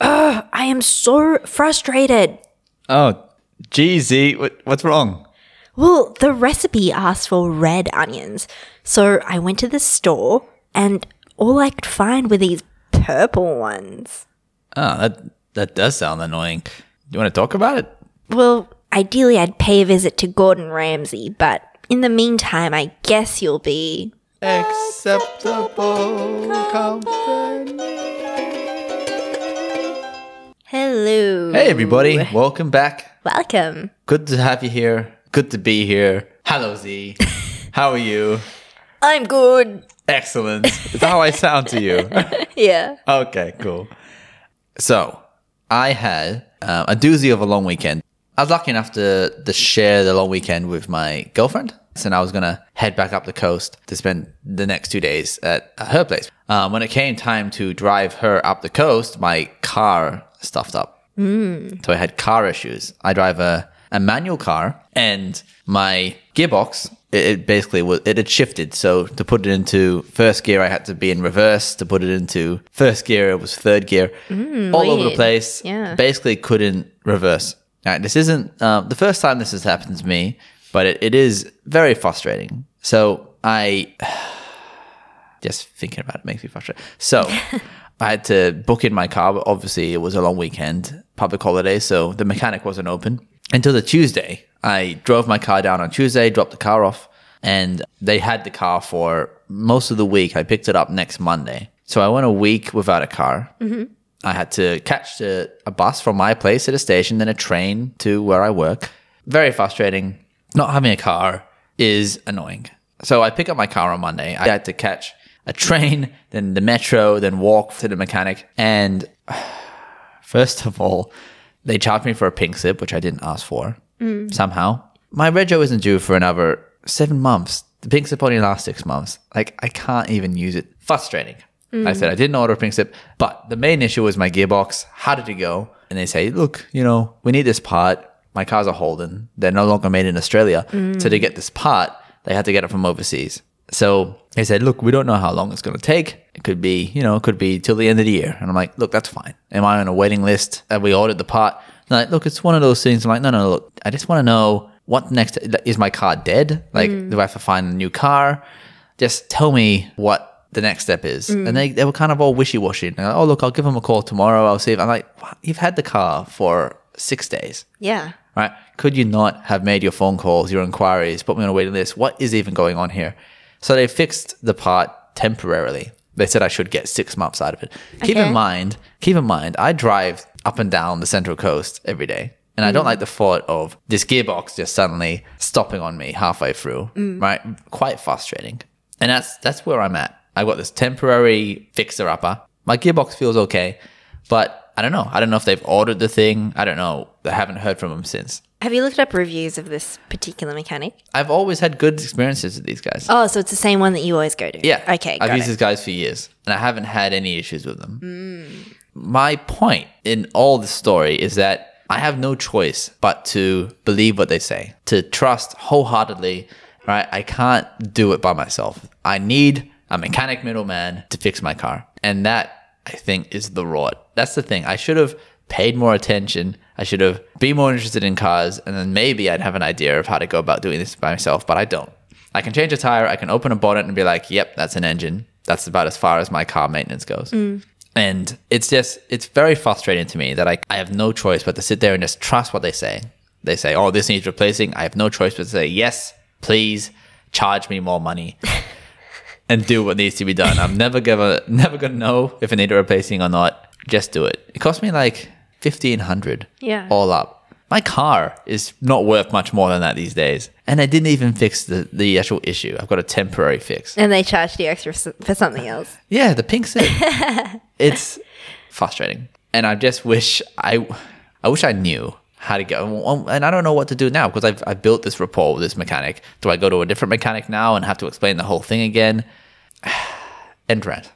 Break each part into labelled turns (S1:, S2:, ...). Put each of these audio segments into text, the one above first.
S1: I am so frustrated.
S2: Oh, gee, Z, what, what's wrong?
S1: Well, the recipe asked for red onions. So I went to the store and all I could find were these purple ones.
S2: Oh, that that does sound annoying. You want to talk about it?
S1: Well, ideally, I'd pay a visit to Gordon Ramsay, but in the meantime, I guess you'll be.
S2: Acceptable company.
S1: Hello.
S2: Hey, everybody, welcome back.
S1: Welcome.
S2: Good to have you here. Good to be here. Hello, Z. How are you?
S1: I'm good.
S2: Excellent. Is that how I sound to you?
S1: Yeah.
S2: Okay, cool. So I had um, a doozy of a long weekend. I was lucky enough to, to share the long weekend with my girlfriend. And I was going to head back up the coast to spend the next two days at her place. Um, when it came time to drive her up the coast, my car stuffed up. So I had car issues. I drive a, a manual car and my gearbox, it, it basically was, it had shifted. So to put it into first gear, I had to be in reverse. To put it into first gear, it was third gear. All over the
S1: weird.
S2: place.
S1: Yeah.
S2: Basically couldn't reverse. Now, this isn't uh, the first time this has happened to me, but it, it is very frustrating. So I just thinking about it makes me frustrated. So I had to book in my car, but obviously it was a long weekend, public holiday, so the mechanic wasn't open until the Tuesday. I drove my car down on Tuesday, dropped the car off, and they had the car for most of the week. I picked it up next Monday. So I went a week without a car. Mm-hmm. I had to catch the, a bus from my place to the station, then a train to where I work. Very frustrating. Not having a car is annoying. So I pick up my car on Monday. I had to catch a train, then the metro, then walk to the mechanic. And first of all, they charged me for a pink slip, which I didn't ask for somehow. My rego isn't due for another seven months. The pink slip only lasts six months. Like, I can't even use it. Frustrating. I said I didn't order a pink slip, but the main issue was my gearbox. How did it go? And they say, look, you know, we need this part. My cars are Holden. They're no longer made in Australia. So to get this part, they had to get it from overseas. So they said, look, we don't know how long it's going to take. It could be, you know, it could be till the end of the year. And I'm like, look, that's fine. Am I on a waiting list? Have we ordered the part? They're like, look, it's one of those things. I'm like, no, no, look, I just want to know what next. Is my car dead? Like, do I have to find a new car? Just tell me what the next step is. And they, they were kind of all wishy washy. Oh, look, I'll give them a call tomorrow. I'll see if I'm like, wow, you've had the car for six days
S1: Yeah.
S2: right? Could you not have made your phone calls, your inquiries, put me on a waiting list? What is even going on here? So they fixed the part temporarily. They said I should get six months out of it. Keep
S1: Okay.
S2: in mind, keep in mind, I drive up and down the central coast every day. And I don't like the thought of this gearbox just suddenly stopping on me halfway through, right? Quite frustrating. And that's that's where I'm at. I got this temporary fixer upper. My gearbox feels okay, but I don't know. I don't know if they've ordered the thing. I don't know. I haven't heard from them since.
S1: Have you looked up reviews of this particular mechanic?
S2: I've always had good experiences with these guys.
S1: Oh, so it's the same one that you always go to.
S2: Yeah.
S1: Okay.
S2: I've
S1: got
S2: used
S1: it.
S2: these guys for years and I haven't had any issues with them.
S1: Mm.
S2: My point in all the story is that I have no choice but to believe what they say, to trust wholeheartedly, right? I can't do it by myself. I need a mechanic middleman to fix my car. And that I think is the rot. That's the thing. I should have paid more attention. I should have been more interested in cars and then maybe I'd have an idea of how to go about doing this by myself, but I don't. I can change a tire, I can open a bonnet and be like, yep, that's an engine. That's about as far as my car maintenance goes. And it's just, it's very frustrating to me that I, I have no choice but to sit there and just trust what they say. They say, oh, this needs replacing. I have no choice but to say, yes, please charge me more money and do what needs to be done. I'm never gonna, never gonna know if I need a replacing or not. Just do it. It cost me like 1500
S1: Yeah.
S2: all up. My car is not worth much more than that these days. And I didn't even fix the, the actual issue. I've got a temporary fix.
S1: And they charged you extra s- for something else.
S2: Yeah, the pink suit. it's frustrating, and I just wish I, I wish I knew how to go. And I don't know what to do now because I've I built this rapport with this mechanic. Do I go to a different mechanic now and have to explain the whole thing again? End rant.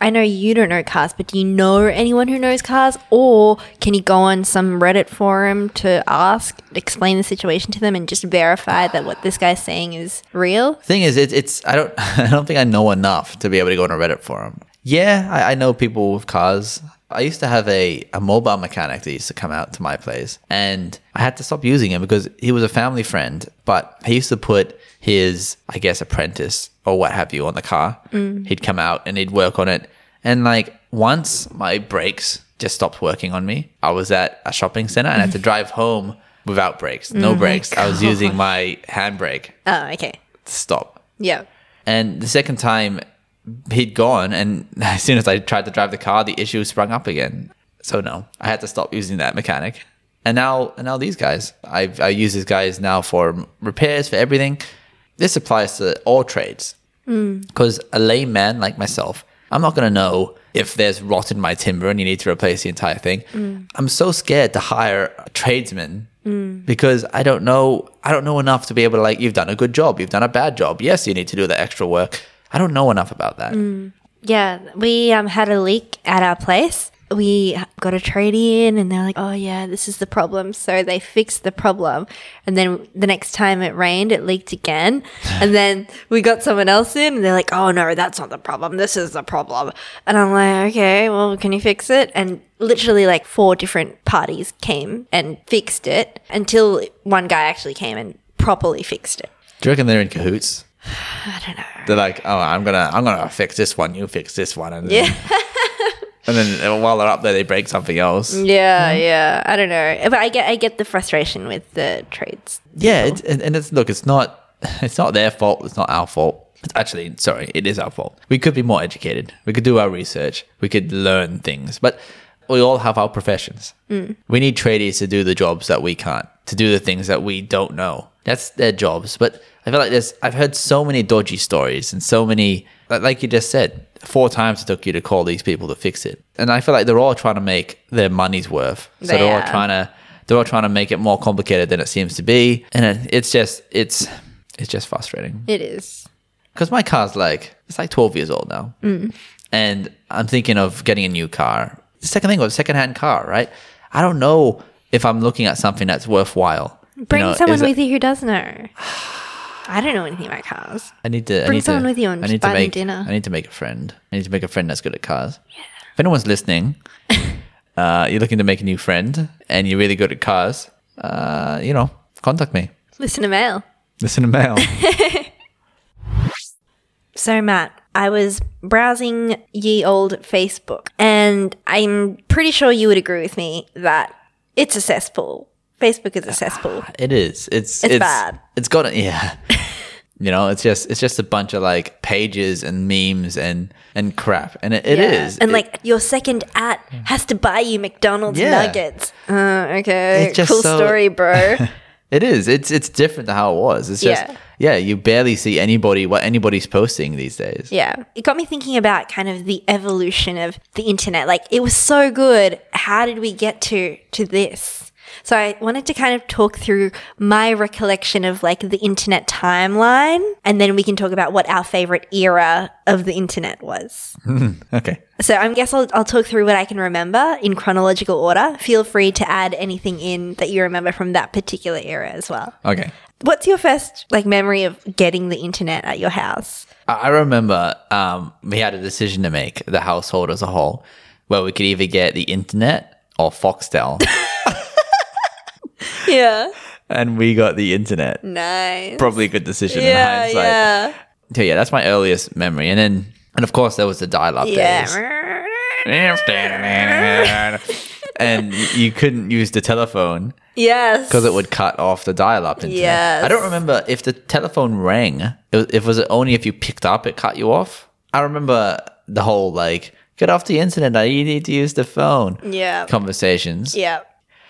S1: I know you don't know cars, but do you know anyone who knows cars? Or can you go on some Reddit forum to ask, explain the situation to them, and just verify that what this guy's saying is real?
S2: Thing is, it, it's I don't I don't think I know enough to be able to go on a Reddit forum. Yeah, I, I know people with cars. I used to have a, a mobile mechanic that used to come out to my place, and I had to stop using him because he was a family friend. But he used to put his, I guess, apprentice or what have you on the car. He'd come out and he'd work on it. And like once my brakes just stopped working on me, I was at a shopping center and I had to drive home without brakes, no brakes. I was using my handbrake
S1: Oh, okay.
S2: to stop.
S1: Yeah.
S2: And the second time he'd gone, and as soon as I tried to drive the car, the issue sprung up again. So no, I had to stop using that mechanic. And now, and now these guys, I I use these guys now for repairs for everything. This applies to all trades because a layman like myself, I'm not gonna know if there's rot in my timber and you need to replace the entire thing. I'm so scared to hire a tradesman because I don't know I don't know enough to be able to like you've done a good job, you've done a bad job. Yes, you need to do the extra work. I don't know enough about that.
S1: Yeah, we um, had a leak at our place. We got a trade in, and they're like, "Oh yeah, this is the problem." So they fixed the problem, and then the next time it rained, it leaked again. And then we got someone else in, and they're like, "Oh no, that's not the problem. This is the problem." And I'm like, "Okay, well, can you fix it?" And literally, like four different parties came and fixed it until one guy actually came and properly fixed it.
S2: Do you reckon they're in cahoots?
S1: I don't know.
S2: They're like, oh, I'm gonna I'm gonna fix this one, you fix this one, and then, and then while they're up there, they break something else.
S1: Yeah, yeah. I don't know, but I get I get the frustration with the trades.
S2: Yeah, it's, and, and it's look, it's not, it's not their fault. It's not our fault. It's actually, sorry, it is our fault. We could be more educated. We could do our research. We could learn things. But we all have our professions. We need tradies to do the jobs that we can't, to do the things that we don't know. That's their jobs. But I feel like there's, I've heard so many dodgy stories and so many, like- like you just said, four times it took you to call these people to fix it. And I feel like they're all trying to make their money's worth. So
S1: They
S2: they're all
S1: are.
S2: trying trying to- they're all trying to make it more complicated than it seems to be and it, it's just it's it's just frustrating
S1: It is.
S2: because my car's like it's like 12 years old now
S1: Mm.
S2: and i'm thinking of getting a new car the second thing was secondhand car right i don't know if i'm looking at something that's worthwhile You
S1: Bring
S2: know,
S1: someone
S2: is it-
S1: with you who does know. I don't know anything about cars.
S2: I need to I
S1: Bring
S2: need
S1: someone
S2: to,
S1: with you and
S2: I
S1: just
S2: need to
S1: buy them
S2: make,
S1: dinner.
S2: I need to make a friend. I need to make a friend that's good at cars. If anyone's listening, uh, you're looking to make a new friend and you're really good at cars, uh, you know, contact me.
S1: Listen to mail.
S2: Listen to mail.
S1: So Matt, I was browsing ye old Facebook, and I'm pretty sure you would agree with me that it's a cesspool. Facebook is a cesspool.
S2: it is. It's,
S1: bad.
S2: It's got yeah. you know, it's just it's just a bunch of like pages and memes and and crap, and it, it is.
S1: Yeah. And
S2: It- Hmm.
S1: like your second at has to buy you McDonald's
S2: Yeah.
S1: nuggets. Uh, okay,
S2: It's just
S1: cool
S2: so-
S1: story, bro.
S2: It is. It's it's different to how it was. It's just
S1: Yeah.
S2: yeah. you barely see anybody what anybody's posting these days.
S1: Yeah. It got me thinking about kind of the evolution of the internet. Like it was so good. How did we get to to this? So I wanted to kind of talk through my recollection of like the internet timeline and then we can talk about what our favorite era of the internet was.
S2: Okay.
S1: So I guess I'll, I'll talk through what I can remember in chronological order. Feel free to add anything in that you remember from that particular era as well.
S2: Okay.
S1: What's your first like memory of getting the internet at your house?
S2: I I remember um, we had a decision to make, the household as a whole, where we could either get the internet or Foxtel.
S1: Yeah.
S2: and we got the internet.
S1: Nice.
S2: Probably a good decision in
S1: yeah,
S2: hindsight.
S1: yeah,
S2: So yeah, that's my earliest memory. And then, and of course, there was the dial-up days.
S1: yeah.
S2: and you couldn't use the telephone
S1: Yes.
S2: because it would cut off the dial-up. Internet.
S1: Yes.
S2: I don't remember if the telephone rang. It was, if was it only if you picked up, it cut you off. I remember the whole like get off the internet. I you need to use the phone.
S1: Yeah.
S2: Conversations.
S1: Yeah.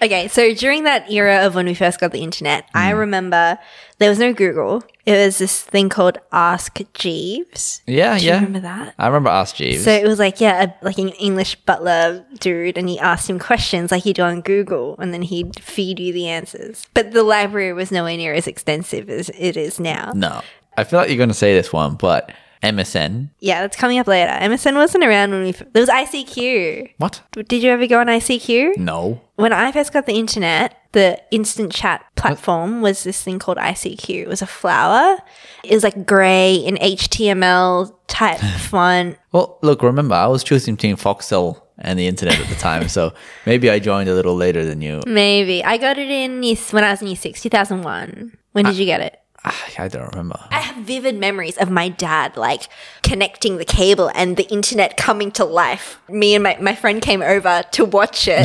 S1: Okay, so during that era of when we first got the internet, I
S2: Mm.
S1: remember there was no Google. It was this thing called Ask Jeeves.
S2: Yeah.
S1: Do you
S2: yeah.
S1: remember that?
S2: I remember Ask Jeeves.
S1: So it was like, yeah, a, like an English butler dude, and you asked him questions like you do on Google, and then he'd feed you the answers. But the library was nowhere near as extensive as it is now.
S2: no, I feel like you're gonna say this one, but MSN.
S1: Yeah, that's coming up later. MSN wasn't around when we. F- there was ICQ.
S2: What?
S1: Did you ever go on ICQ?
S2: No.
S1: When I first got the internet, the instant chat platform was this thing called ICQ. It was a flower. It was like gray in HTML type font.
S2: Well, look, remember, I was choosing between Foxtel and the internet at the time. so maybe I joined a little later than you.
S1: Maybe. I got it in year, when I was in year six, 2001. When did you get it?
S2: Ah, I don't remember.
S1: I have vivid memories of my dad like connecting the cable and the internet coming to life. Me and my, my friend came over to watch it.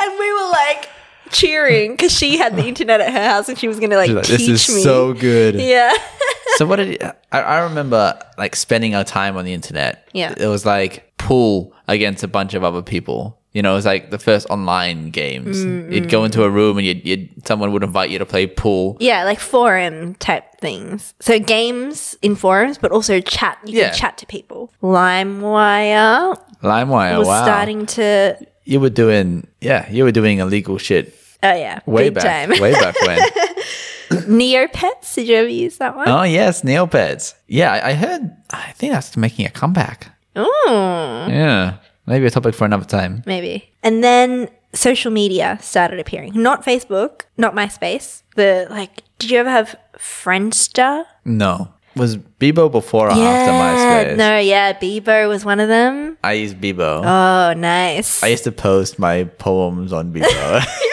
S1: and we were like cheering because she had the internet at her house and she was going to like
S2: Like,
S1: teach
S2: this is
S1: me.
S2: so good.
S1: yeah.
S2: so what did I, I remember like spending our time on the internet
S1: Yeah.
S2: it was like pool against a bunch of other people you know it was like the first online games
S1: Mm,
S2: you'd go into a room and you'd, you'd someone would invite you to play pool
S1: yeah, like forum type things. So games in forums, but also chat. You
S2: Yeah.
S1: can chat to people. LimeWire
S2: limewire
S1: was
S2: Oh, wow
S1: starting to.
S2: you were doing yeah you were doing illegal shit
S1: Oh yeah,
S2: way
S1: big
S2: back
S1: time.
S2: way back when
S1: Neopets. Did you ever use that one?
S2: oh yes neopets yeah I, I heard i think that's making a comeback
S1: Ooh,
S2: yeah maybe a topic for another time
S1: maybe. And then social media started appearing. Not Facebook, not MySpace. The like, did you ever have Friendster?
S2: no was Bebo before or after MySpace?
S1: no, yeah, Bebo was one of them.
S2: I used Bebo.
S1: Oh, nice.
S2: I used to post my poems on Bebo.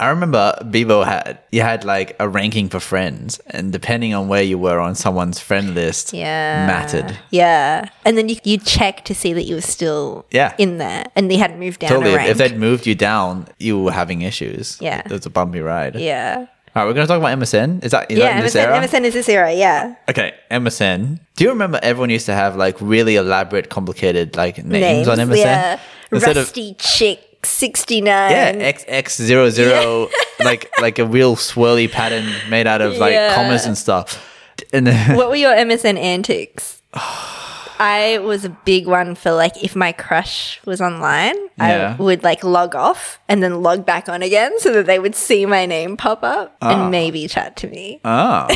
S2: I remember Bebo had you had like a ranking for friends, and depending on where you were on someone's friend list,
S1: yeah,
S2: mattered.
S1: Yeah, and then you you check to see that you were still
S2: Yeah.
S1: in there, and they hadn't moved down
S2: Totally.
S1: a
S2: If, if
S1: rank.
S2: they'd moved you down, you were having issues.
S1: Yeah.
S2: it, was a bumpy ride.
S1: yeah,
S2: All right, we're gonna talk about MSN. Is that is that
S1: yeah.
S2: in this
S1: MSN,
S2: era?
S1: MSN is this era. Yeah,
S2: Okay, MSN. Do you remember everyone used to have like really elaborate, complicated like names, on MSN?
S1: Yeah,
S2: Instead of
S1: rusty chick sixty nine.
S2: Yeah, XX zero zero, like like a real swirly pattern made out of like
S1: Yeah.
S2: commas and stuff. And then,
S1: what were your MSN antics? I was a big one for like if my crush was online,
S2: Yeah.
S1: I would like log off and then log back on again so that they would see my name pop up
S2: Ah.
S1: and maybe chat to me.
S2: oh,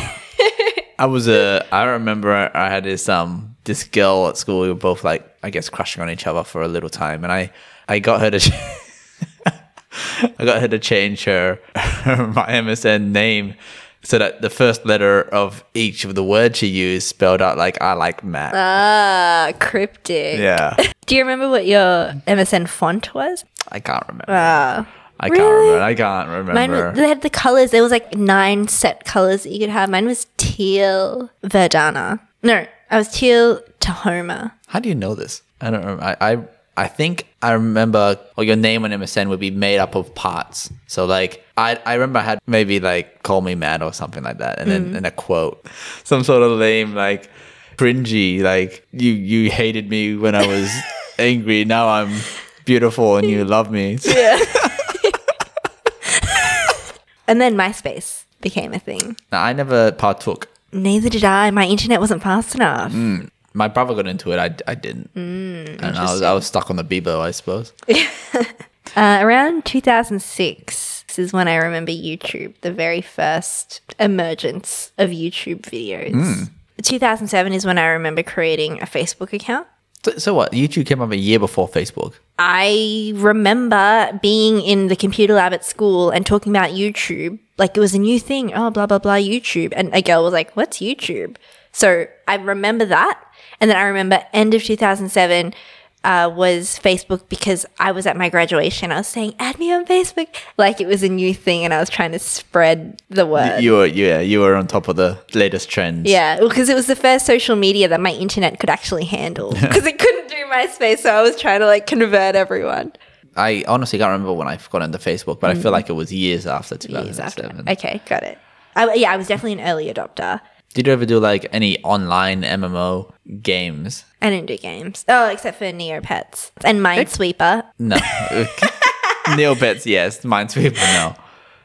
S2: I was a. I remember I had this um this girl at school. We were both like I guess crushing on each other for a little time, and I I got her to. ch- I got her to change her my MSN name so that the first letter of each of the words she used spelled out like I like Matt.
S1: Ah, cryptic.
S2: yeah.
S1: Do you remember what your MSN font was?
S2: I can't remember.
S1: Uh,
S2: I can't
S1: really?
S2: remember. I can't remember.
S1: mine was, they had the colors. There was like nine set colors that you could have. Mine was teal verdana. No, I was teal Tahoma.
S2: How do you know this? I don't remember. I, I I think I remember or your name on MSN would be made up of parts. So like I I remember I had maybe like call me mad or something like that and then and a quote. Some sort of lame like cringy like you you hated me when I was angry. Now I'm beautiful and you love me.
S1: And then MySpace became a thing.
S2: Now, I never partook.
S1: Neither did I. My internet wasn't fast enough.
S2: My brother got into it. I, I didn't. and I was I was stuck on the Bebo, I suppose.
S1: Uh, around 2006 this is when I remember YouTube, the very first emergence of YouTube videos. 2007 is when I remember creating a Facebook account.
S2: So, so what? YouTube came up a year before Facebook.
S1: I remember being in the computer lab at school and talking about YouTube. Like it was a new thing. Oh, blah, blah, blah, YouTube. And a girl was like, what's YouTube? So I remember that. And then I remember end of 2007 uh, was Facebook because I was at my graduation. I was saying, add me on Facebook. Like it was a new thing and I was trying to spread the word.
S2: you were yeah you were on top of the latest trends
S1: Yeah, because it was the first social media that my internet could actually handle because it couldn't do MySpace. So I was trying to like convert everyone.
S2: i honestly can't remember when i got into facebook but i feel like it was years after
S1: Mm. years after.
S2: 2007
S1: Okay, got it. I, yeah, I was definitely an early adopter.
S2: did you ever do like any online mmo games
S1: I didn't do games. Oh, except for Neopets and Minesweeper.
S2: no neopets yes minesweeper no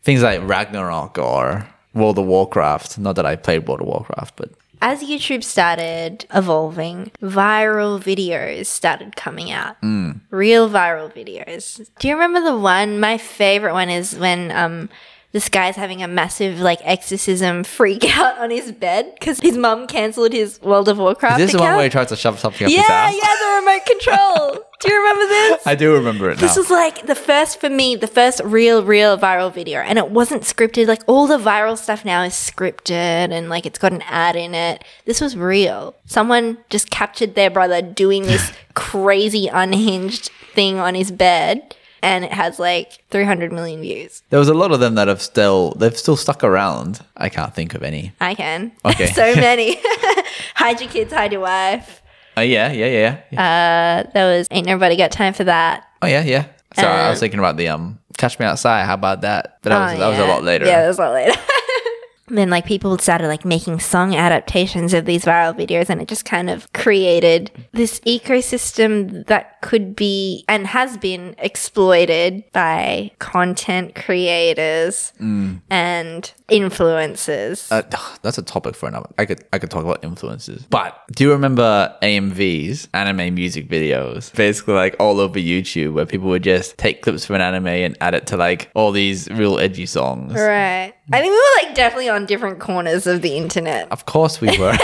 S2: things like ragnarok or world of warcraft not that i played world of warcraft but
S1: As YouTube started evolving, viral videos started coming out.
S2: Hmm.
S1: Real viral videos. Do you remember the one? My favorite one is when um, this guy's having a massive like exorcism freak out on his bed because his mum cancelled his World of Warcraft
S2: this is the
S1: account.
S2: one where he tries to shove something up his
S1: yeah,
S2: ass
S1: yeah, the remote control. Do you remember this?
S2: I do remember it now.
S1: This was like the first for me, the first real, real viral video, and it wasn't scripted. Like all the viral stuff now is scripted, and like it's got an ad in it. This was real. Someone just captured their brother doing this crazy unhinged thing on his bed, and it has like 300 million views.
S2: there was a lot of them that have still they've still stuck around. I can't think of any.
S1: I can.
S2: Okay.
S1: so many. hide your kids, hide your wife.
S2: Oh yeah, yeah, yeah, yeah.
S1: Uh, there was ain't nobody got time for that.
S2: oh yeah, yeah. Sorry, I was thinking about the um Catch Me Outside. How about that? But that was
S1: Oh,
S2: that was a
S1: yeah.
S2: lot later.
S1: Yeah, that was a lot later. And then like people started like making song adaptations of these viral videos and it just kind of created this ecosystem that could be and has been exploited by content creators and influencers.
S2: Mm. Uh, ugh, that's a topic for another. I could I could talk about influences. But do you remember AMVs, anime music videos, basically like all over YouTube, where people would just take clips from an anime and add it to like all these real edgy songs?
S1: right. I think we were like definitely on different corners of the internet.
S2: Of course we were.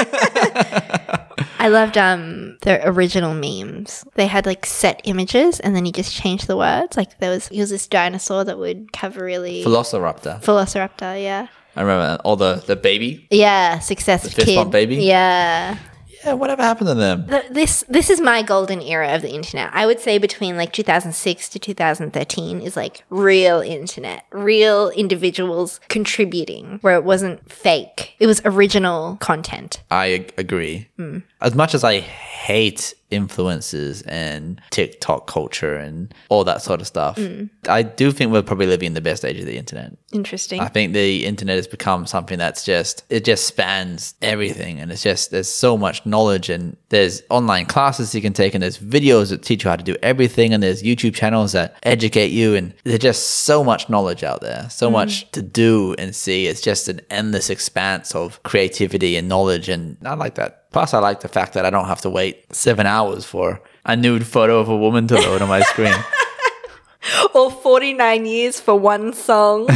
S1: I loved um the original memes. They had like set images and then you just change the words. Like there was it was this dinosaur that would have a really
S2: Velociraptor.
S1: Velociraptor, yeah.
S2: I remember that. all the the baby.
S1: Yeah, success
S2: fist
S1: kid.
S2: bump baby?
S1: Yeah.
S2: Yeah, whatever happened to them?
S1: Th- This this is my golden era of the internet. I would say between like 2006 to 2013 is like real internet, real individuals contributing where it wasn't fake. It was original content.
S2: I ag- agree. As much as I hate influences and TikTok culture and all that sort of stuff, I do think we're probably living in the best age of the internet.
S1: Interesting.
S2: I think the internet has become something that's just it just spans everything, and it's just there's so much knowledge, and there's online classes you can take, and there's videos that teach you how to do everything, and there's YouTube channels that educate you, and there's just so much knowledge out there, so much to do and see. It's just an endless expanse of creativity and knowledge, and I like that. Plus, I like the fact that I don't have to wait seven hours for a nude photo of a woman to load on my screen.
S1: or 49 years for one song.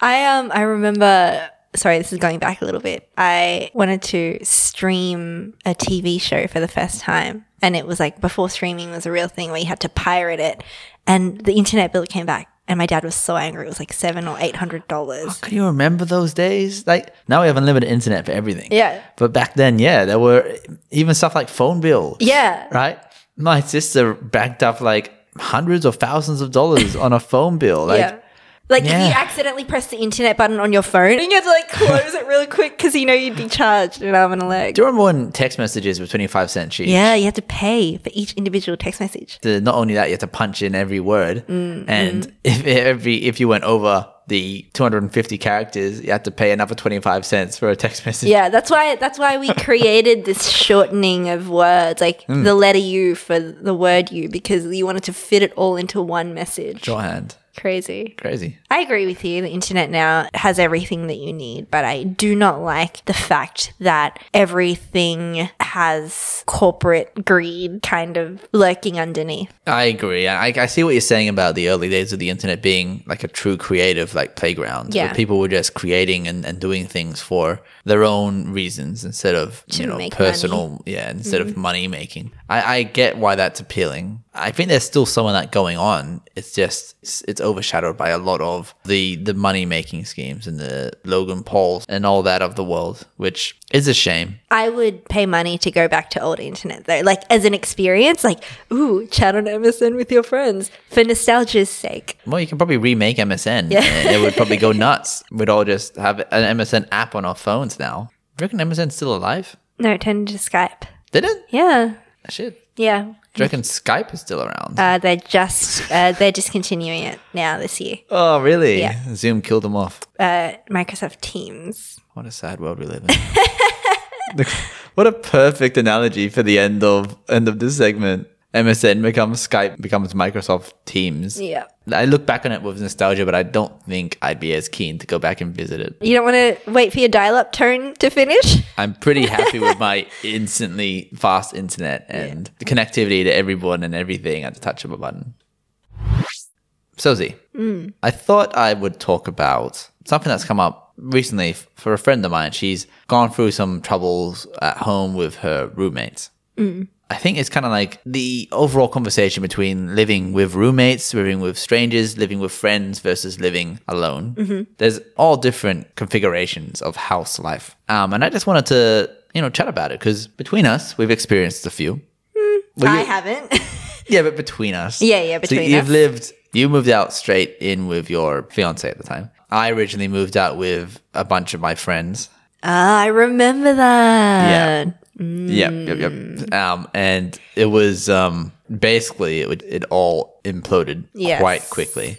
S1: I um I remember sorry, this is going back a little bit. I wanted to stream a TV show for the first time and it was like before streaming was a real thing where you had to pirate it and the internet bill came back and my dad was so angry. It was like 7 or 800 dollars.
S2: Can you remember those days? Like now we have unlimited internet for everything.
S1: Yeah.
S2: But back then, yeah, there were even stuff like phone bill.
S1: Yeah.
S2: Right? My sister backed up like hundreds or thousands of dollars on a phone bill. Like
S1: yeah. Like if
S2: Yeah.
S1: you accidentally press the internet button on your phone, you have to like close it really quick because you know you'd be charged an arm and a leg.
S2: do you remember when text messages were twenty five cents each?
S1: Yeah, you had to pay for each individual text message.
S2: The- not only that, you had to punch in every word.
S1: Mm,
S2: and if every if you went over the 250 characters, you had to pay another 25 cents for a text message.
S1: Yeah, that's why that's why we created this shortening of words, like the letter U for the word U, because you wanted to fit it all into one message.
S2: Shorthand.
S1: Crazy.
S2: Crazy.
S1: I agree with you. The internet now has everything that you need, but I do not like the fact that everything has corporate greed kind of lurking underneath.
S2: I agree. I, I see what you're saying about the early days of the internet being like a true creative like playground
S1: Yeah.
S2: where people were just creating and, and doing things for their own reasons instead of you
S1: To
S2: know
S1: make Mm-hmm.
S2: personal yeah instead of money making. I, I get why that's appealing. I think there's still some of that going on. It's just it's, it's overshadowed by a lot of the the money making schemes and the Logan Pauls and all that of the world, which is a shame.
S1: I would pay money to go back to old internet though, like as an experience, like, ooh, chat on MSN with your friends for nostalgia's sake.
S2: Well, you can probably remake MSN. and It would probably go nuts. We'd all just have an MSN app on our phones now. Do you reckon MSN's still alive?
S1: No, it turned into Skype.
S2: Did it?
S1: Yeah.
S2: Shit.
S1: Yeah.
S2: Do you reckon Skype is still around?
S1: Uh, they're just uh, they're discontinuing it now this year.
S2: oh, really?
S1: yeah.
S2: Zoom killed them off.
S1: Uh, Microsoft Teams.
S2: What a sad world we live in. Look, what a perfect analogy for the end of end of this segment. MSN becomes Skype, becomes Microsoft Teams.
S1: Yeah.
S2: I look back on it with nostalgia, but I don't think I'd be as keen to go back and visit it.
S1: You don't want to wait for your dial-up tone to finish.
S2: I'm pretty happy with my instantly fast internet and the connectivity to everyone and everything at the touch of a button. Sozi, I thought I would talk about something that's come up recently f- for a friend of mine. She's gone through some troubles at home with her roommates. I think it's kind of like the overall conversation between living with roommates, living with strangers, living with friends versus living alone.
S1: Mm-hmm.
S2: There's all different configurations of house life. Um, and I just wanted to, you know, chat about it because between us, we've experienced a few. Well,
S1: I
S2: you-
S1: haven't.
S2: yeah, but between us.
S1: Yeah, yeah, between
S2: so you've
S1: us.
S2: lived, you moved out straight in with your fiance at the time. I originally moved out with a bunch of my friends.
S1: ah, I remember that.
S2: Yeah. Yep, yep, yep.
S1: Mm.
S2: Um, and it was um, basically it, would, it all imploded
S1: Yes. Mm.
S2: quite quickly.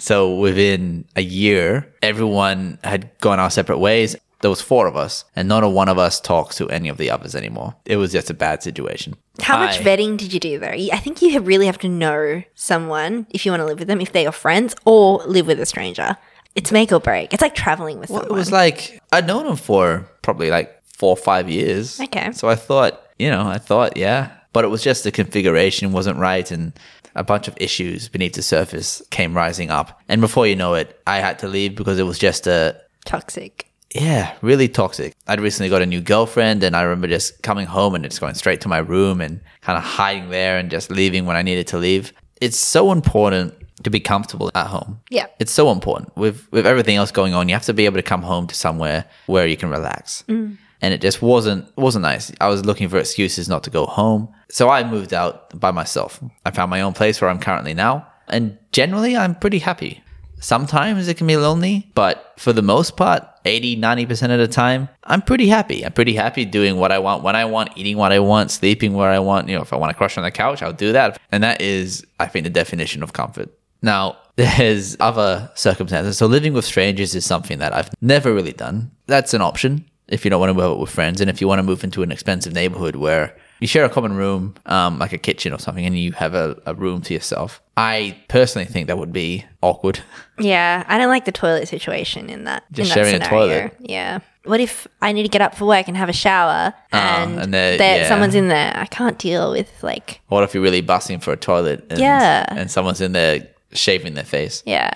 S2: So within a year, everyone had gone our separate ways. There was four of us, and not a one of us talks to any of the others anymore. It was just a bad situation.
S1: How much
S2: I-
S1: vetting did you do though? You- I think you really have to know someone if you want to live with them, if they're your friends, or live with a stranger. It's make or break. It's like traveling with someone.
S2: It was like I'd known him for probably like four or five years.
S1: Okay.
S2: So I thought, you know, I thought, yeah. But it was just the configuration wasn't right and a bunch of issues beneath the surface came rising up. And before you know it, I had to leave because it was just a
S1: Toxic.
S2: yeah, really toxic. I'd recently got a new girlfriend and I remember just coming home and just going straight to my room and kind of hiding there and just leaving when I needed to leave. It's so important to be comfortable at home.
S1: Yeah.
S2: It's so important. With with everything else going on, you have to be able to come home to somewhere where you can relax. And it just wasn't it wasn't nice. I was looking for excuses not to go home. So I moved out by myself. I found my own place where I'm currently now. And generally I'm pretty happy. Sometimes it can be lonely, but for the most part, 80, 90% of the time, I'm pretty happy. I'm pretty happy doing what I want, when I want, eating what I want, sleeping where I want. You know, if I want to crush on the couch, I'll do that. And that is, I think, the definition of comfort. Now, there's other circumstances. So living with strangers is something that I've never really done. That's an option if you don't want to move out with friends and if you want to move into an expensive neighborhood where you share a common room, um, like a kitchen or something, and you have a, a room to yourself. I personally think that would be awkward.
S1: Yeah, I don't like the toilet situation in that.
S2: Just
S1: in that
S2: sharing a
S1: scenario.
S2: toilet.
S1: Yeah. What if I need to get up for work and have a shower and,
S2: Um, and there-
S1: there-
S2: Oh, uh, yeah.
S1: someone's in there? I can't deal with like
S2: What if you're really busting for a toilet and,
S1: Yeah.
S2: and someone's in there shaving their face?
S1: Yeah.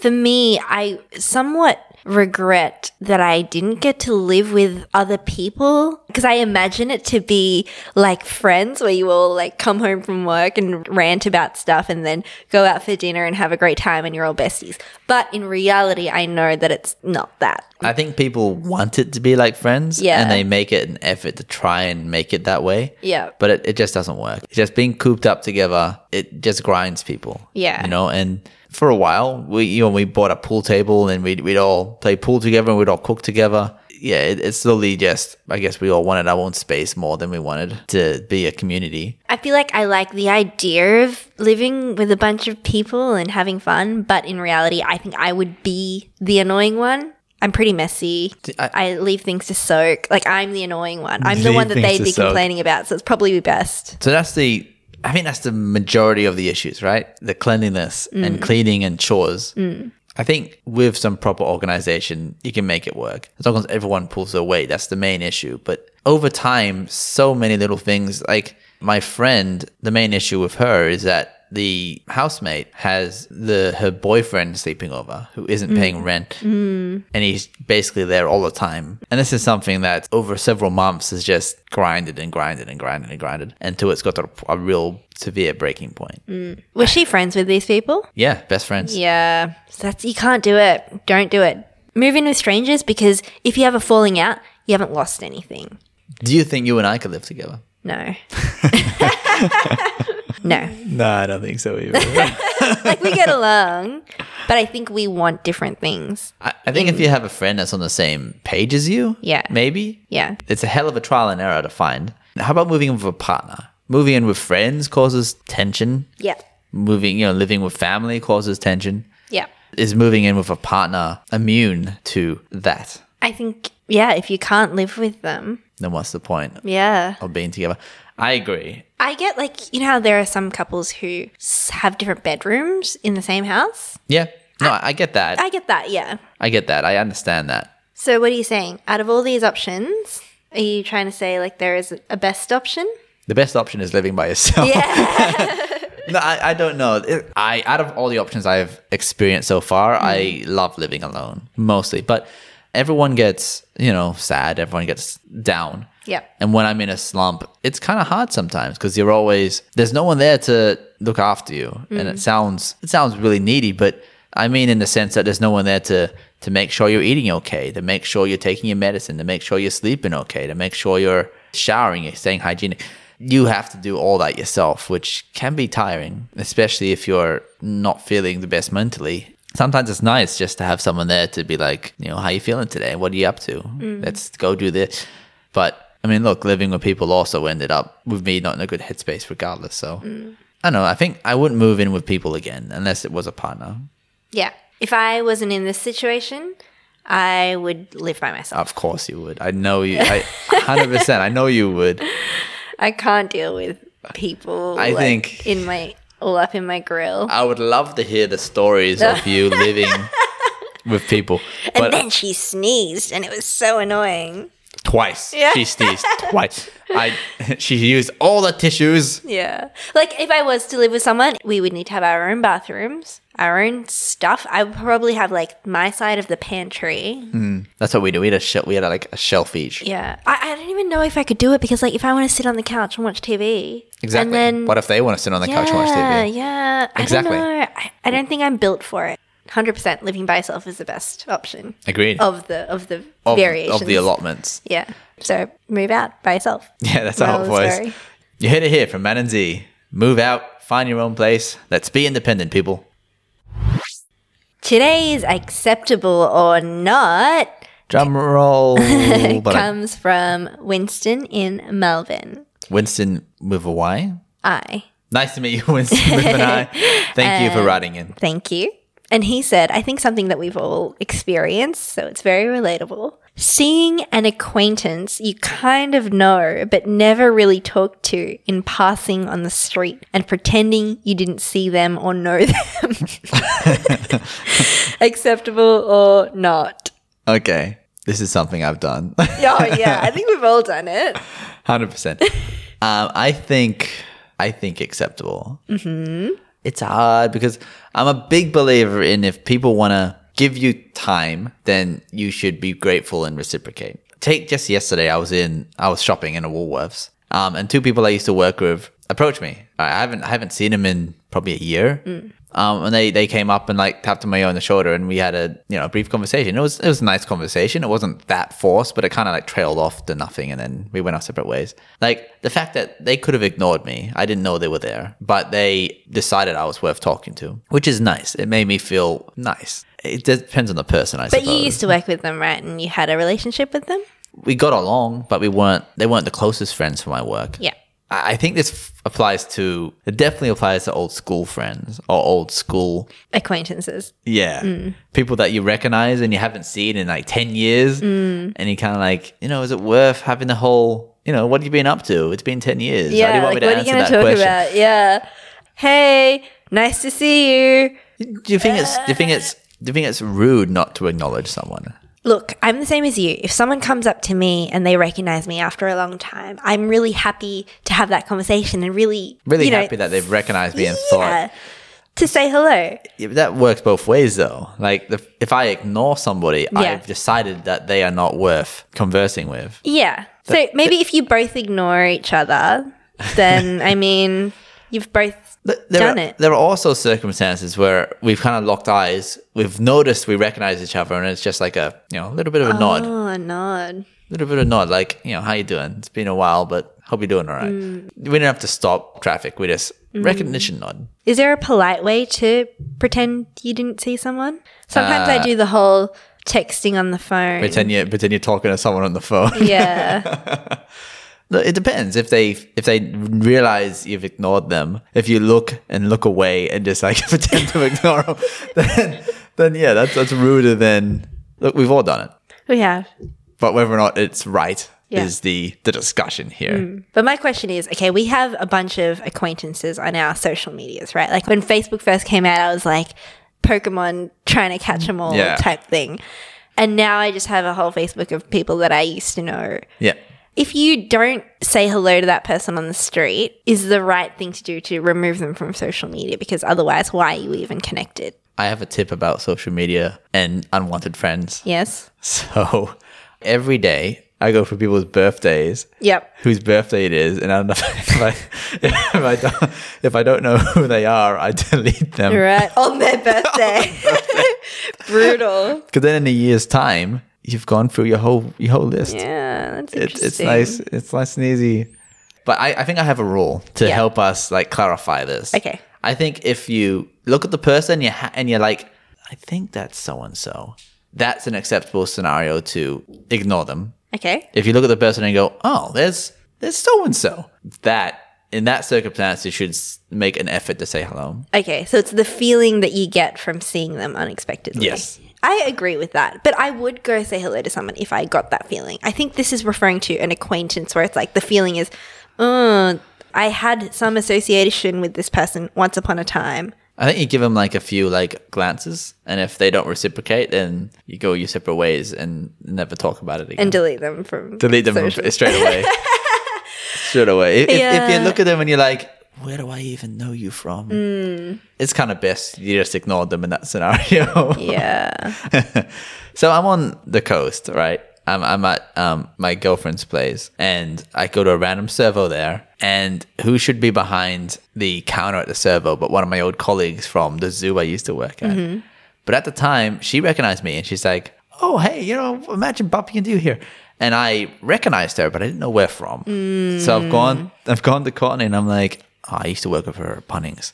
S1: For me, I somewhat regret that I didn't get to live with other people because I imagine it to be like friends where you all like come home from work and rant about stuff and then go out for dinner and have a great time and you're all besties. But in reality, I know that it's not that.
S2: I think people want it to be like friends
S1: Yeah.
S2: and they make it an effort to try and make it that way.
S1: Yeah.
S2: But it, it just doesn't work. It's just being cooped up together, it just grinds people.
S1: Yeah.
S2: You know, and for a while, we, you know, we bought a pool table and we'd, we'd all play pool together and we'd all cook together. Yeah, it, it's slowly just, I guess we all wanted our own space more than we wanted to be a community.
S1: I feel like I like the idea of living with a bunch of people and having fun, but in reality, I think I would be the annoying one. I'm pretty messy.
S2: I-
S1: I, leave things to soak. Like I'm the annoying one. I'm the
S2: Leave
S1: one that
S2: things
S1: they'd
S2: to
S1: be
S2: soak.
S1: complaining about, so it's probably best.
S2: So that's the, I think that's the majority of the issues, right? The cleanliness and cleaning and chores. I think with some proper organization, you can make it work. As long as everyone pulls their weight, that's the main issue. But over time, so many little things, like my friend, the main issue with her is that the housemate has the her boyfriend sleeping over who isn't paying rent and he's basically there all the time. And this is something that over several months is just grinded and grinded and grinded and grinded until it's got to a real severe breaking point.
S1: Was she friends with these people?
S2: Yeah, best friends.
S1: Mm. Yeah. So that's you can't do it. Don't do it. Move in with strangers because if you have a falling out, you haven't lost anything.
S2: Do you think you and I could live together?
S1: No. no.
S2: No, I don't think so either.
S1: Like we get along, but I think we want different things.
S2: I, I think if you have a friend that's on the same page as you,
S1: Yeah.
S2: maybe.
S1: Yeah.
S2: It's a hell of a trial and error to find. How about moving in with a partner? Moving in with friends causes tension.
S1: Yeah.
S2: Moving, you know, living with family causes tension.
S1: Yeah.
S2: Is moving in with a partner immune to that?
S1: I think, yeah, if you can't live with them,
S2: then what's the point
S1: yeah.
S2: of being together? I agree.
S1: I get like, you know how there are some couples who s- have different bedrooms in the same house?
S2: Yeah. No, I, I get that. I,
S1: I get that, yeah.
S2: get that. I understand that.
S1: So what are you saying? Out of all these options, are you trying to say like there is a best option?
S2: The best option is living by yourself.
S1: Yeah.
S2: no, I, I don't know. It- I out of all the options I've experienced so far, I love living alone mostly. But everyone gets, you know, sad. Everyone gets down.
S1: Yep.
S2: And when I'm in a slump, it's kind of hard sometimes because you're always there's no one there to look after you, and it sounds it sounds really needy, but I mean in the sense that there's no one there to to make sure you're eating okay, to make sure you're taking your medicine, to make sure you're sleeping okay, to make sure you're showering, you're staying hygienic. You have to do all that yourself, which can be tiring, especially if you're not feeling the best mentally. Sometimes it's nice just to have someone there to be like, you know, how you feeling today? What are you up to?
S1: Mm.
S2: Let's go do this. But I mean, look, living with people also ended up with me not in a good headspace, regardless. So
S1: Mm.
S2: I don't know. I think I wouldn't move in with people again unless it was a partner.
S1: Yeah. If I wasn't in this situation, I would live by myself.
S2: Of course you would. I know you. I hundred percent. I know you would.
S1: I can't deal with people.
S2: I
S1: like,
S2: think-
S1: in my all up in my grill.
S2: I would love to hear the stories of you living with people,
S1: and
S2: but uh,
S1: then she sneezed, and it was so annoying.
S2: twice
S1: Yeah.
S2: she sneezed twice. I she used all the tissues.
S1: Yeah. Like if I was to live with someone, we would need to have our own bathrooms, our own stuff. I would probably have like my side of the pantry.
S2: Mm. That's what we do. We had a shel- we had like a shelf each.
S1: Yeah. I, I don't even know if I could do it because like if I want to sit on the couch and watch TV.
S2: Exactly.
S1: And then
S2: what if they want to sit on the
S1: yeah,
S2: couch and watch TV?
S1: Yeah. I
S2: Exactly.
S1: don't know. I, I don't think I'm built for it. 100% living by yourself is the best option
S2: Agreed.
S1: of the of the
S2: Of-
S1: variations.
S2: of the allotments.
S1: Yeah. So move out by yourself.
S2: Yeah, that's
S1: Moral
S2: how
S1: of
S2: it
S1: the
S2: was.
S1: story.
S2: You heard it here from Man and Z. Move out, find your own place. Let's be independent, people.
S1: Today's acceptable or not
S2: Drum roll. But I-
S1: comes from Winston in Melbourne.
S2: Winston with a Y.
S1: I
S2: Nice to meet you, Winston with an I. Thank
S1: Um,
S2: you for writing in.
S1: thank you. And he said, I think something that we've all experienced, so it's very relatable. Seeing an acquaintance you kind of know, but never really talk to in passing on the street and pretending you didn't see them or know them. Acceptable or not.
S2: Okay. This is something I've done.
S1: Oh, yeah, I think we've all done it.
S2: Hundred percent. Um, I think I think acceptable. Mm-hmm. It's hard because I'm a big believer in if people want to give you time, then you should be grateful and reciprocate. Take just yesterday, I was in I was shopping in a Woolworths, um, and two people I used to work with approached me. I haven't I haven't seen them in probably a year. Um, and they, they came up and like tapped me on the shoulder and we had a you know a brief conversation. It was it was a nice conversation. It wasn't that forced, but it kind of like trailed off to nothing, and then we went our separate ways. Like the fact that they could have ignored me, I didn't know they were there, but they decided I was worth talking to, which is nice. It made me feel nice. It depends on the person, I
S1: But
S2: suppose.
S1: you used to work with them, right? And you had a relationship with them?
S2: we got along, but we weren't they weren't the closest friends for my work.
S1: Yeah.
S2: I I think this f- applies to it definitely applies to old school friends or old school
S1: Acquaintances.
S2: Yeah.
S1: Mm.
S2: People that you recognize and you haven't seen in like 10 years.
S1: Mm.
S2: And you kind of like, you know, is it worth having the whole, you know, what have you been up to? It's been 10 years. How do you want me to answer
S1: gonna
S2: that question?
S1: about? Yeah. Hey, nice to see you.
S2: Do you think it's, do you think it's, do you think it's rude not to acknowledge someone?
S1: Look, I'm the same as you. If someone comes up to me and they recognize me after a long time, I'm really happy to have that conversation and really,
S2: Really
S1: you know,
S2: happy that they've recognized me and
S1: yeah,
S2: thought
S1: to say hello.
S2: Yeah, but that works both ways though. Like the, if I ignore somebody,
S1: Yeah.
S2: I've decided that they are not worth conversing with.
S1: Yeah. So maybe if you both ignore each other, then I mean, you've both.
S2: Th- There
S1: Done
S2: are,
S1: it.
S2: There are also circumstances where we've kind of locked eyes. We've noticed we recognize each other, and it's just like a you know a little bit of a nod, a
S1: Oh, nod.
S2: little bit of a nod, like you know how you doing? It's been a while, but hope you're doing all right.
S1: Mm.
S2: We didn't have to stop traffic. We just recognition nod.
S1: Is there a polite way to pretend you didn't see someone? Sometimes
S2: Uh,
S1: I do the whole texting on the phone.
S2: Pretend you pretend you're talking to someone on the phone.
S1: Yeah.
S2: No, It depends if they if they realize you've ignored them. If you look and look away and just like pretend to ignore them, then then yeah, that's that's ruder than look. We've all done it.
S1: we have.
S2: but whether or not it's right
S1: Yeah. Mm.
S2: is the the discussion here.
S1: But my question is okay, we have a bunch of acquaintances on our social medias, right? Like when Facebook first came out, I was like Pokemon trying to catch them all
S2: Yeah.
S1: type thing. And now I just have a whole Facebook of people that I used to know.
S2: Yeah.
S1: If you don't say hello to that person on the street, is the right thing to do to remove them from social media because otherwise, why are you even connected?
S2: I have a tip about social media and unwanted friends.
S1: Yes.
S2: So every day I go for people's birthdays.
S1: Yep.
S2: Whose birthday it is, and I don't know if I, if I, don't, if I don't know who they are, I delete them.
S1: Right. On their birthday. Brutal.
S2: Because then in a year's time, you've gone through your whole your whole list.
S1: Yeah, that's
S2: It,
S1: interesting.
S2: it's nice. It's nice and easy. But I, I think I have a rule to
S1: Yeah.
S2: help us like clarify this.
S1: Okay.
S2: I think if you look at the person you ha- and you're like, I think that's so and so. That's an acceptable scenario to ignore them.
S1: Okay.
S2: If you look at the person and go, oh, there's there's so and so. That in that circumstance, you should s- make an effort to say hello.
S1: Okay. So it's the feeling that you get from seeing them unexpectedly.
S2: Yes.
S1: I agree with that. But I would go say hello to someone if I got that feeling. I think this is referring to an acquaintance where it's like the feeling is, oh, I had some association with this person once upon a time.
S2: I think you give them like a few like glances, and if they don't reciprocate, then you go your separate ways and never talk about it again.
S1: And delete them from
S2: Mm. delete them from-
S1: social-
S2: straight away. straight away. If, if, if
S1: Yeah.
S2: you look at them and you're like, where do I even know you from? It's kind of best you just ignore them in that scenario.
S1: Yeah.
S2: so I'm on the coast, right? I'm, I'm at um, my girlfriend's place and I go to a random servo there. And who should be behind the counter at the servo but one of my old colleagues from the zoo I used to work at? But at the time, she recognized me and she's like, Oh, hey, you know, imagine Bob you can do here. And I recognized her, but I didn't know where from. So I've gone, I've gone to Courtney and I'm like, oh, I used to work with her at Bunnings.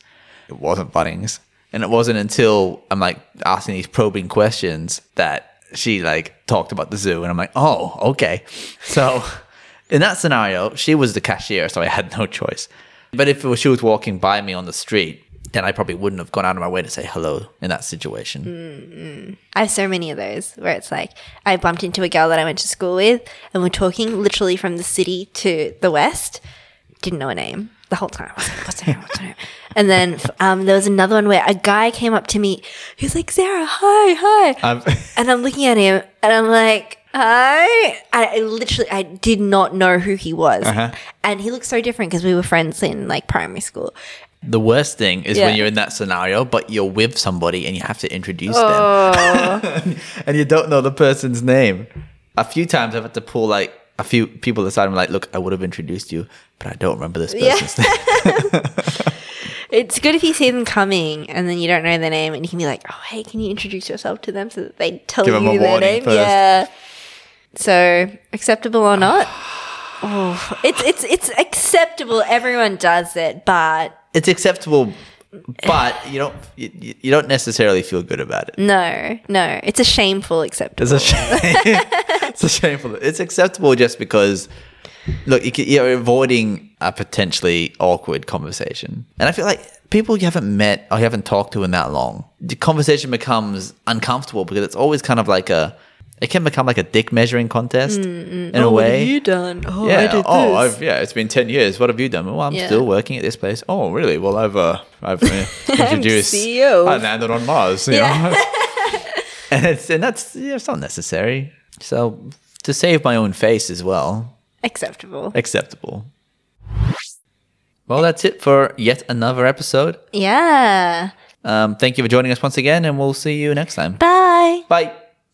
S2: It wasn't Bunnings. And it wasn't until I'm like asking these probing questions that she like talked about the zoo. And I'm like, oh, okay. So in that scenario, she was the cashier, so I had no choice. But if it was, she was walking by me on the street, then I probably wouldn't have gone out of my way to say hello in that situation.
S1: Mm. I have so many of those where it's like I bumped into a girl that I went to school with and we're talking literally from the city to the west. Didn't know her name the whole time. I was like, What's her name? What's her name? And then f- um, there was another one where a guy came up to me. He's like, Sarah, hi, hi.
S2: I've-
S1: and I'm looking at him and I'm like, hi. I, I literally, I did not know who he was. And he looked so different because we were friends in like primary school.
S2: the worst thing is
S1: Yeah.
S2: when you're in that scenario, but you're with somebody and you have to introduce
S1: Oh,
S2: them and you don't know the person's name. A few times I've had to pull like a few people aside and like, look, I would have introduced you, but I don't remember this
S1: Yeah.
S2: person's name.
S1: It's good if you see them coming and then you don't know their name and you can be like, oh, hey, can you introduce yourself to them so that they tell
S2: Give
S1: you
S2: 'em a
S1: their
S2: warning
S1: name?
S2: first.
S1: Yeah. So acceptable or not? oh, it's it's it's acceptable. Everyone does it, but
S2: It's acceptable, but you don't you, you you don't necessarily feel good about it.
S1: no, no, it's a shameful acceptable.
S2: It's a shame. it's a shameful. It's acceptable just because, look, you c- you're avoiding a potentially awkward conversation, and I feel like people you haven't met or you haven't talked to in that long, the conversation becomes uncomfortable because it's always kind of like a. It can become like a dick measuring contest in a way.
S1: done? Oh,
S2: yeah. oh, I've, yeah. It's been ten years. What have you done? Well, I'm
S1: Yeah.
S2: still working at this place. Oh, really? Well, I've uh, I've uh, introduced.
S1: CEO.
S2: I landed on Mars. You
S1: E Yeah.
S2: know? and it's and that's yeah, it's not necessary. So to save my own face as well,
S1: acceptable.
S2: acceptable. Well, that's it for yet another episode.
S1: yeah.
S2: Um, thank you for joining us once again, and we'll see you next time.
S1: Bye.
S2: Bye.